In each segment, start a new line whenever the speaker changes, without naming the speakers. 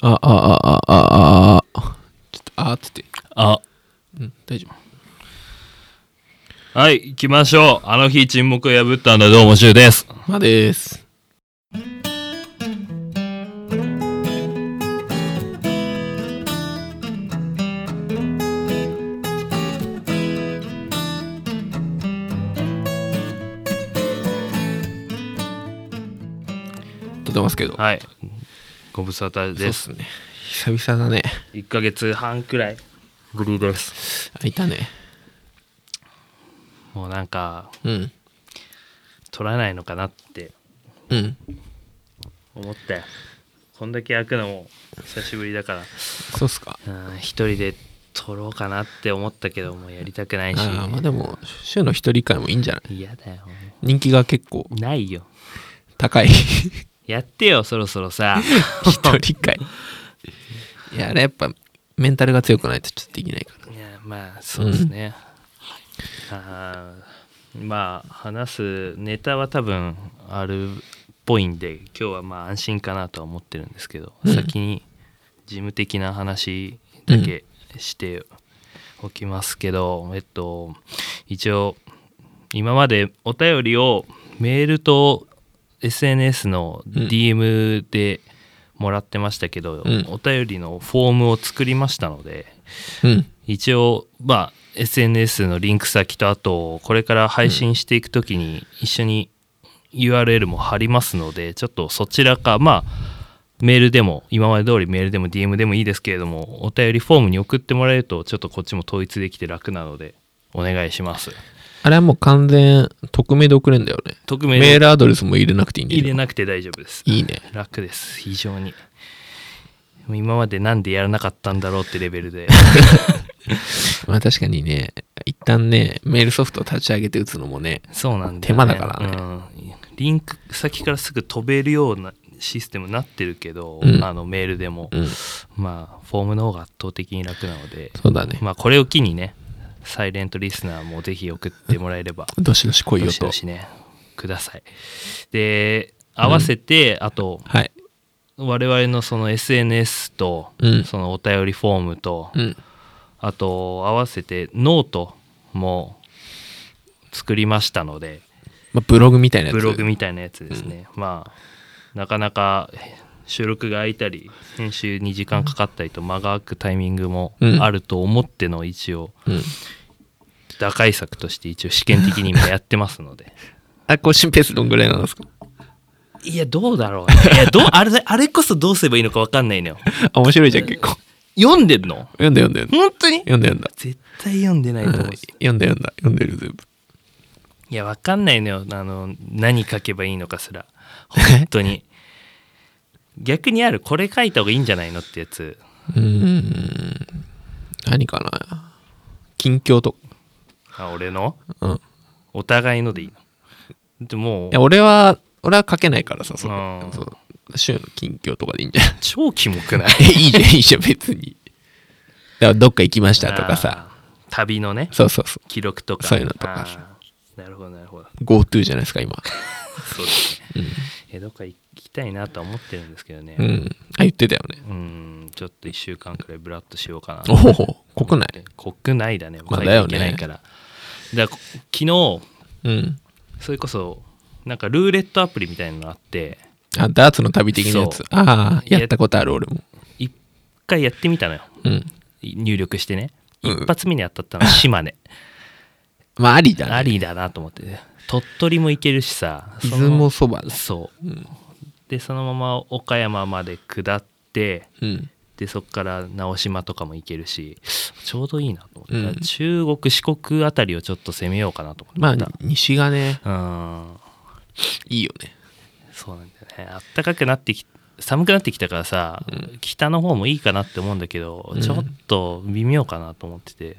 あ、あ、あ、あ、あ、あ、あ、ちょっと、あーっつって。
あ、
うん、大丈夫。
はい、行きましょう。あの日沈黙を破ったんだ、どうも、シュウです。
まあ、です。撮ってますけど。
はい。ご無沙
そ
汰
う
で
っ
す。
すね。久々だね。
1ヶ月半くらいぶりです。
開いたね。
もうなんか、
うん。
取らないのかなって
うん。
思って、こんだけ開くのも久しぶりだから、
そうっすか。
うん一人で取ろうかなって思ったけど、もうやりたくないし、
ああ、まあでも、週の一人会もいいんじゃない
嫌だよ。
人気が結構
ないよ。
高い。
やってよ、そろそろ さ。
一人会。いや、あれやっぱ、メンタルが強くないとちょっとできないから。
いやまあそうですね、あーまあ話すネタは多分あるっぽいんで今日はまあ安心かなとは思ってるんですけど、
うん
先に事務的な話だけしておきますけど、えっと一応今までお便りをメールと SNS の DM でもらってましたけど、
うん
お便りのフォームを作りましたので、
うん。
一応まあ SNS のリンク先とあとこれから配信していくときに一緒に URL も貼りますのでちょっとそちらかまあメールでも今まで通りメールでも DM でもいいですけれどもお便りフォームに送ってもらえるとちょっとこっちも統一できて楽なのでお願いします
あれはもう完全、匿名で送れんだよね。
匿名
メー
で
ルアドレスも入れなくていいんだよ
入
ね
れなくて大丈夫です
いいね。
楽です非常に今までなんでやらなかったんだろうってレベ ルで
まあ確かにね、一旦ね、メールソフトを立ち上げて打つのもね、
そうなんだよ、ね、
手間だからね
うんリンク先からすぐ飛べるようなシステムになってるけど、
うん
あのメールでも、
うん。
まあフォームの方が圧倒的に楽なので、
そうだね。
まあこれを機にねサイレントリスナーもぜひ送ってもらえれば
どしどし来いよ
どし
と
ど。しねくださいで合わせて、あと
はい。
我々のその SNS と、
うん
そのお便りフォームと、
うん。
あと合わせてノートも作りましたので
まあブログみたいなやつ。
ブログみたいなやつですね、まあなかなかへ収録が空いたり編集に時間かかったりと間が空くタイミングも
うん
あると思っての一応
うん。
打開策として一応試験的に今やってますので
あ、更新ペースどんぐらいなんですか
いやどうだろう、ね、いやどうあれあれこそどうすればいいのか分かんないのよ
あ、面白いじゃん、結構。
読んでんの
読んだ読んだ読んだ。
本当に
読んだ読んだ。
絶対読んでないと
うん
思う、
読んだ読んだ。読んでる全部。
いや分かんないのよあの何書けばいいのか すら本当に逆にあるこれ書いた方がいいんじゃないのってやつ
うーん。何かな近況と
あ俺の
か。うん。い
お互いのでいいのでもう
や、俺は、俺は書けないからさ、その
あ、ー
そう。週の近況とかでいいんじゃない
超キモくない
いいじ ゃん、いいじゃん、別に。だからどっか行きましたとかさ。
あー旅のね
そうそうそ
記録とか
そういうのとか
あーなるほどなるほど
う。GoTo じゃないですか、 今。
そうですね、えどっか行きたいなとは思ってるんですけどね
う、ん。あ、言ってたよね。
うん、ちょっと1週間くらいブラッとしようかな
おお、国内。
国内だね
まあ
海外行けないから、だからこ昨日
うん。
それこそなんかルーレットアプリみたいなのあって
あ、ダーツの旅的なや
そ
つ
う。
ああ、やったことある、俺も。
一回やってみたのよ
うん。
入力してね
うん
一発目に当たったのは島根
まあ、ありだね。
あ。りだなと思って鳥取も行けるしさ
出
その
雲そばだ。
そう
うん。
でそのまま岡山まで下って
うん。
でそっから直島とかも行けるしちょうどいいなと思って、
うん
だから中国四国あたりをちょっと攻めようかなと思って
まあ、西がね、
うん
いいよね。
そうなんだよねあったかくなってき寒くなってきたからさ、北の方もいいかなって思うんだけど、
うん
ちょっと微妙かなと思ってて
いや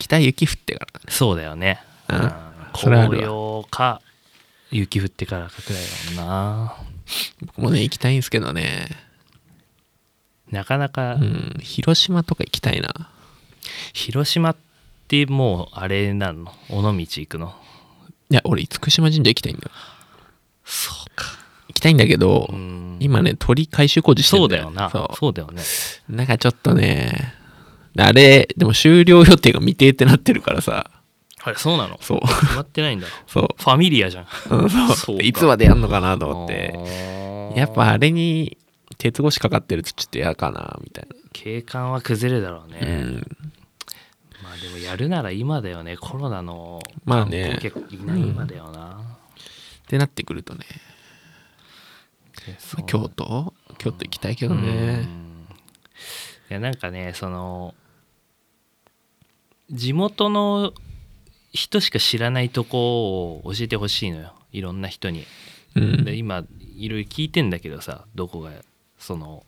北雪降ってから
そうだよね、
うん
うん
それあるわ
紅葉か雪降ってからかくらいだもんな
僕もね行きたいんですけどね
なかなか
うん広島とか行きたいな
広島ってもうあれなの尾道行くの
いや俺厳島神社行きたいんだよ
そうか
行きたいんだけど、
うんうん
今ね、鳥回収工事して
そ
る
うん
だ
だ
よ
よな。
そ
そうだよね。
う。なんかちょっとね、あれ、でも終了予定が未定ってなってるからさ、
あれ、そうなの
そう、
決まってないんだ。
そう
ファミリアじゃん。
うんそう
そうか
いつまでやんのかなと思って。
あー
やっぱあれに、鉄越しかかってるとちょっと嫌かな、みたい
景観は崩れるだろうね、
な。うん。
まあでもやるなら今だよねコロナの
まあね
観光客いない今だよな、
ってなってくるとね、
でそう
京都京都行きたいけど
うん
ね。
いやなんかねその地元の人しか知らないとこを教えてほしいのよいろんな人に、
う
で
ん。
今いろいろ聞いてんだけどさどこがその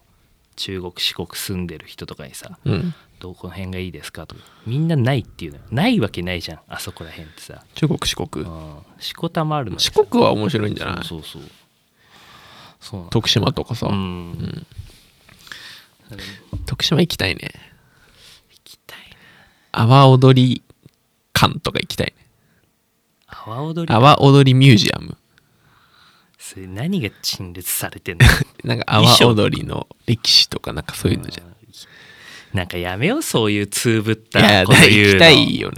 中国四国住んでる人とかにさ
うん。
どこの辺がいいですかとかみんなないっていうのよないわけないじゃんあそこら辺ってさ
中国、四国。
うんしこたまあるのよ
四国は面白いんじゃない
そうそうそうそうなんだ
徳島とかさ、
うん、
徳島行きたいね
行きたいね
阿波踊り館とか行きたいね
阿波踊り
阿波踊りミュージアム
それ何が陳列され てんの
なんか阿波踊りの歴史とかなんかそういうのじゃん
なんかやめようそういうつぶっ
いやいや
たこと言うの
行きたいよね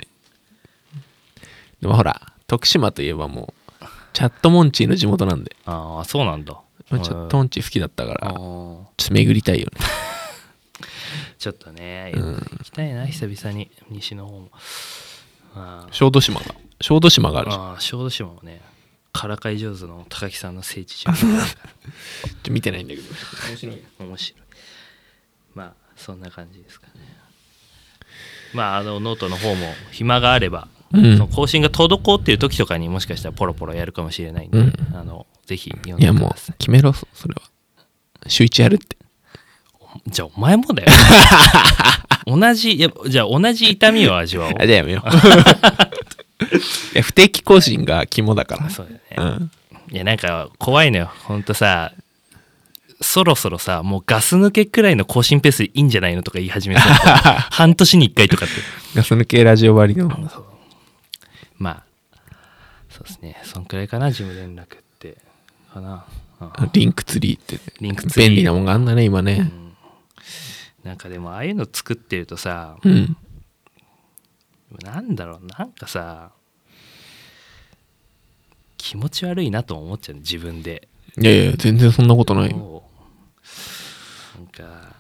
でもほら徳島といえばもうチャットモンチーの地元なんで
ああそうなんだ
チャットモンチー好きだったから
あ
ちょっ
ー
と巡りたいよね
ちょっとね行きたいな久々に西の方もあー
小豆島が小豆島があるじゃん
あー小豆島もねからかい上手の高木さんの聖地じゃん
ちょっと見てないんだけど
面白い面白いまあそんな感じですかねまああのノートの方も暇があれば、
うん
その更新が滞っている時とかにもしかしたらポロポロやるかもしれないんで、
うん
あのぜひ読ん
い
で
や
く
も
ださ
う決めろそそれは週一やる って
いじゃあお前もだよ 同じいやじゃあ同じ痛みを味わおう
あじゃあやめよういや不定期更新が肝だから
そうだよね、
うん
いやなんか怖いのよほんとさそろそろさもうガス抜けくらいの更新ペースでいいんじゃないのとか言い始めそう 半年に1回とかって
ガス抜けラジオ割りの
まあそうですねそんくらいかな事務連絡ってかな、うん
リンクツリーって
リンクツリー
便利なもんがあんだね今ね
なんかでもああいうの作ってるとさ
うん
なんだろうなんかさ気持ち悪いなとも思っちゃうね自分で、
いやいや全然そんなことない
もうなんか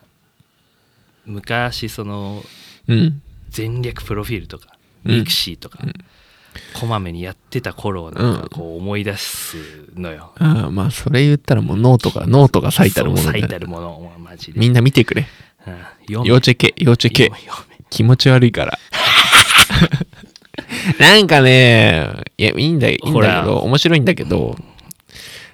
昔その
うん
全略プロフィールとか
うん
ミクシーとか、こまめにやってた頃をなんかこう思い出すのよ、
ああまあそれ言ったらもうノートがノートが最たるもの
そう
だ
最
ね
たるものマジで
みんな見てくれ
うん
要チェケ要チェケ
読め読め
気持ち悪いから なんかねいやいいんだいいん
ほ
だ
ら
けど面白いんだけど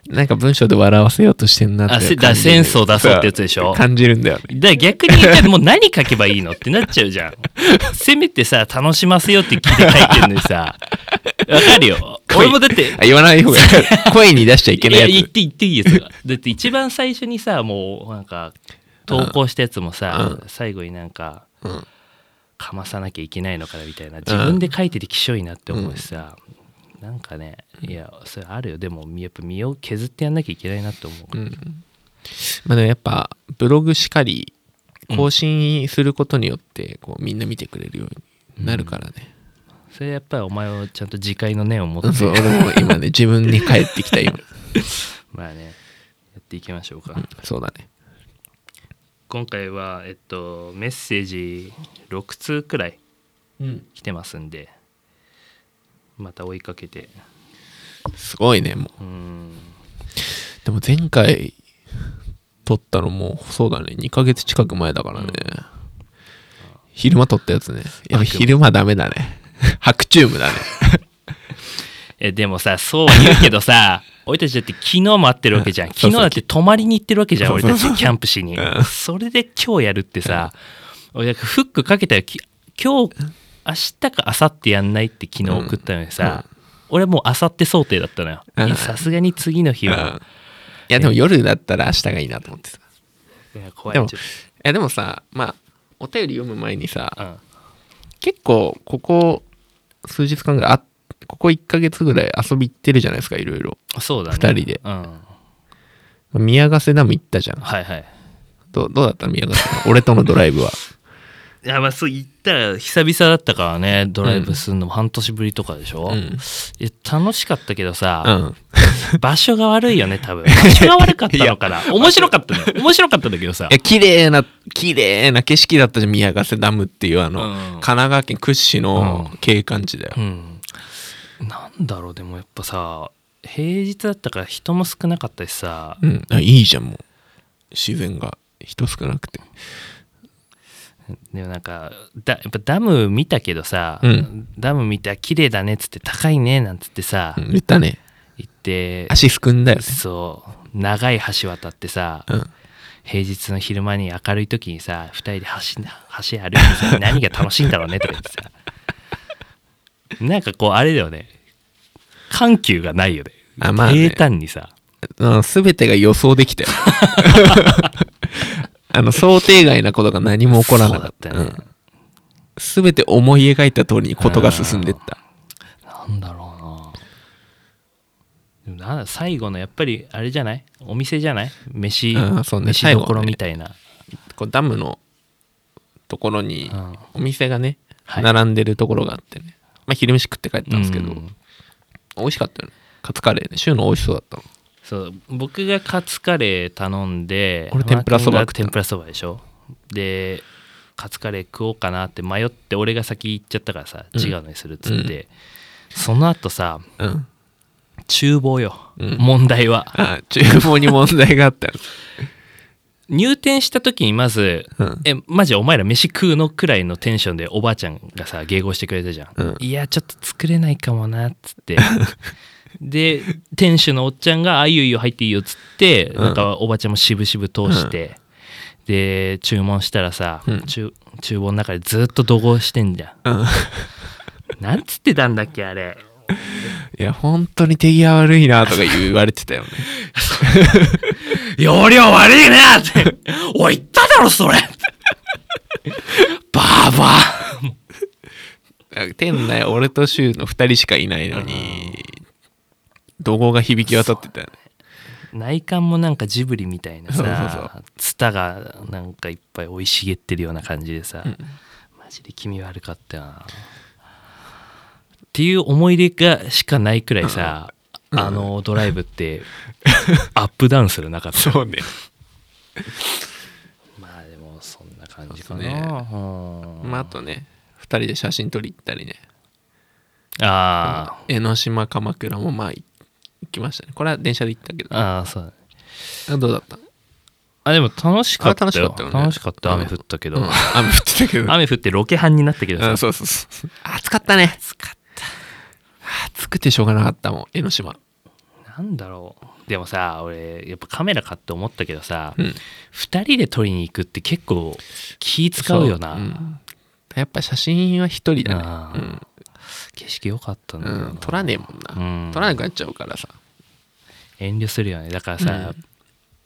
なんか文章で笑わせようとしてんなって
あせ
感じる
だセンスを出そうってやつでしょ
感じるんだよね
だから逆に言ったらもう何書けばいいのってなっちゃう じゃんせめてさ楽しませようって聞いて書いてるのにさわかるよ俺もだって
あ言わない方がい い声に出しちゃいけない
や
やつ
言って言っていいやつがだって一番最初にさもうなんか投稿したやつもさ、最後になんか、
うん
かまさなきゃいけないのかなみたいな自分で書いててきしょいなって思うしさ、なんかねいやそれあるよでもやっぱ身を削ってやんなきゃいけないなって思う、
まあ、でもやっぱブログしかり更新することによってこうみんな見てくれるようになるからね、
それやっぱりお前はちゃんと自戒の念を持って、
そう俺も今ね自分に帰ってきた今
まあねやっていきましょうか、
そうだね
今回はえっとメッセージ6通くらい
うん
来てますんでまた追いかけて
すごいねもう
うん
でも前回撮ったのもうそうだね2ヶ月近く前だからね、昼間撮ったやつねやっぱ昼間ダメだね白チューム だね
えでもさそうは言うけ どさ俺たちだって昨日も会ってるわけじゃん
そうそ
昨
う
日だって泊まりに行ってるわけじゃん
そう
俺
そう
たちキャンプしに
うん
それで今日やるってさ俺なんかフックかけたよき今日明日か明後日やんないって昨日送ったのにさ、俺もう明後日想定だったのよ
うん
いやさすがに次の日
うんい
は、
やでも夜だったら明日がいいなと思ってさ
いや怖
で
い
も
ちょっ
いやでもさまあお便り読む前にさ、
と、うん
結構ここ数日間ぐらいあここ1ヶ月ぐらい遊び行ってるじゃないですかいろいろ
そうだね
二人で
うん
宮ヶ瀬ダム行ったじゃん。
はいはい。
どどうだった宮ヶ瀬ダム俺とのドライ ブは。
いやまあそう言ったら久々だったからねドライブするのも半年ぶりとかでしょ、
うん。
いや楽しかったけど
う
さ、
ん。
場所が悪 いよね多分場所が悪かったのかな面白かったね面白かったんだけどさ
え、綺麗な、綺麗な景色だったじゃん、宮ヶ瀬ダムっていうあの、
うん
神奈川県屈指の景観地だよ
う。んなんだろうでもやっぱさ平日だったから人も少なかったしさ
うん。あいいじゃん、もう。自然が人少なくて。
でもなんかだやっぱダム見たけどさ、
うん
ダム見た綺麗だねっつって高いねなんつってさ、
うん、言ったね。
行って
足すくんだよね。
そう長い橋渡ってさ、
うん。
平日の昼間に明るい時にさ2人で橋橋歩いてさ何が楽しいんだろうねとか言ってさ なんかこうあれだよね緩急がないよね
あまあね
平坦にさ
うん、全てが予想でき たよ。あの、想定外なことが何も起こらなかった。
そうだ
う
っ
ん
たね
全て思い描いた通りにことが進んでった。
なんだろうなでもなんだ最後のやっぱりあれじゃないお店じゃない飯
あーそうね
飯どころみたいな、
こうダムのところに
うん
お店がね、
はい
並んでるところがあってね。まあ、昼飯食って帰ったんですけど、
うん
美味しかったよね。カツカレーね。週の美味しそうだったの。
そう僕がカツカレー頼んで
俺天ぷらそば
マー君が天ぷらそばでしょでカツカレー食おうかなって迷って俺が先行っちゃったからさ、
うん
違うのにするっつって、その後さ
うん。
厨房よ、
うん
問題は
あ、厨房に問題があったよ。
入店した時にまず
うん
「えマジお前ら飯食うの?」くらいのテンションでおばあちゃんがさ迎合してくれたじゃん「
うん
いやちょっと作れないかもな」っつって で店主のおっちゃんが「あいいよいいよ入っていいよ」っつって、
うん
なんかおばちゃんもしぶしぶ通して、で注文したらさ、
うん
厨厨房の中でずっと怒号してんじゃん
うん。
なんつってたんだっけあれ
いや、本当に手際悪いなとか言われてたよね。
容量悪いなって。 おい、言っただろ、それ。バーバー。
店内俺と柊の2人しかいないのに怒号が響き渡ってたよね
内観もなんかジブリみたいな
そうそうそ
さ、ツタがなんかいっぱい生い茂ってるような感じでさ、マジで気味悪かったよな。っていう思い出がしかないくらいさ、あのドライブってアップダウンする中で
そうね
まあでもそんな感じかな、
そうっすね
うん
まああとね2人で写真撮り行ったりね
あー
江ノ島鎌倉もまあ行きましたねこれは電車で行ったけど
あーそうだね
あどうだった
あでも楽しかった
あ
よ
楽しかったよね
楽しかった
うん
雨降ったけ
う
ど、
ん雨降ってたけど
雨降ってロケ班になったけど
う
さ
ん、そうそうそう暑かったね暑かった暑くてしょうがなかったもん江ノ島
なんだろうでもさ俺やっぱカメラ買って思ったけどさ、
う
二
ん
2人で撮りに行くって結構気使うよな
そんやっぱ写真は1人だ
あ
ね
ー景色良かったんだ
う
よ
ん、
な
うん、撮らねえもんな、
うん
撮らなくなっちゃうからさ
遠慮するよねだからさ、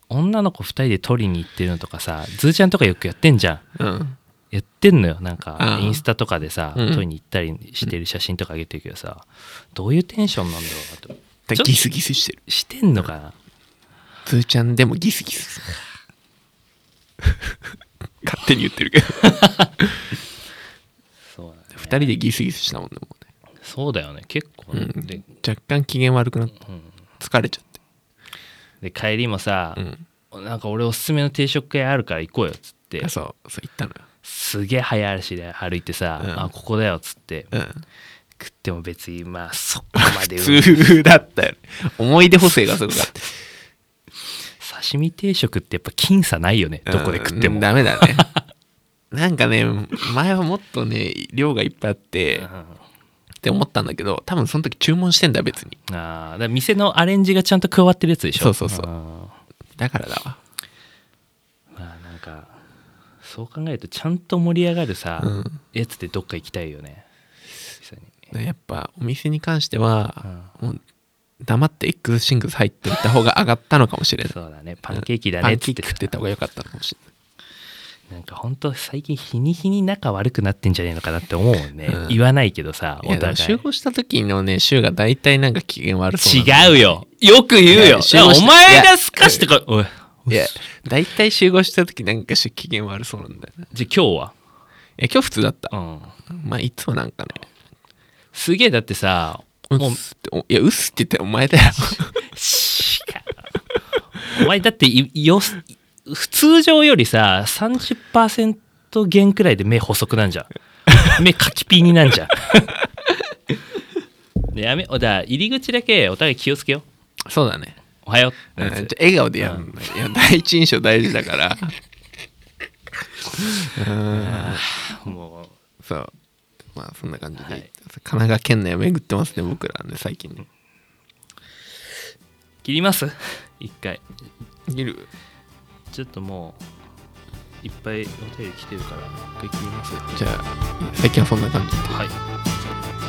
女の子2人で撮りに行ってるのとかさズーちゃんとかよくやってんじゃん
うん
やってんのよなんか
あー
インスタとかでさ
うん
撮りに行ったりしてる写真とか上げてるけどさどういうテンションなんだろうなと
で
ちょ
ギスギスしてる
してんのかな
つーちゃんでもギスギス。 勝手に言ってるけど。
そうだね
二人でギスギスしたもんね。も
そうだよね結構、
うね
で
うん、若干機嫌悪くなった。疲れちゃって。
で帰りもさ、
うん。
なんか俺おすすめの定食屋あるから行こうよっつって
そう、そう言ったのよ。
すげえ早足で歩いてさ、
うん
あここだよっつって
うん。
食っても別にまあそこまで
普通だったよね。思い出補正がすごかった。
刺身定食ってやっぱ僅差ないよね どこで食って
う
も、
んダメだ ね。なんかね、前はもっとね、量がいっぱいあって、
うん
っ
あ
て思ったんだけど、多分その時注文してんだ、別に。
ーだから店のアレンジがちゃんと加わってるやつでしょ
そうそうそう
あ
だからだわ。
ーまあなんかそう考えるとちゃんと盛り上がるさ、
うん
やつでどっか行きたいよね久々に
ねやっぱお店に関しては、もう黙って X シングス入っていった方が上がったのかもしれない
そうだねパンケーキだ
パ
ねっ
ン
つ
ケーキ
って
食ってた方が良かったのかもしれ
なんか本当最近日に日に仲悪くなってんじゃねえのかなって思うもんね、
うん
言わないけどさ
い
お
やでも
互い
集合した時のね、週が大体なんか機嫌悪そうなの
違うよよく言う
い
よ
や集合
お
して
前がすかしてからおい
いや、大体集合した時なんかし機嫌悪そうなんだよな。い
じゃあ今日は
や、今日普通だった
う。ん
まあ、いつもなんかね、
すげえだってさもう
うっすって、おいや、うっすって言ってお前 だよ。
お前だっていよ通常よりさ30%減くらいで目細くなんじゃ ん目カキピーになんじゃんねやめおだ入り口だけお互い気をつけよう
そうだね。
おはよう
うんじゃあ笑顔でやるんだよいや、第一印象大事だから。
もう
そう。まあ、そんな感じで、
はい
神奈川県内を巡ってますね、僕らはね、最近ね。
切ります 一回
いる
ちょっともういっぱいお便り来てるから一回切ります
じゃあ、最近はそんな感じで。
はい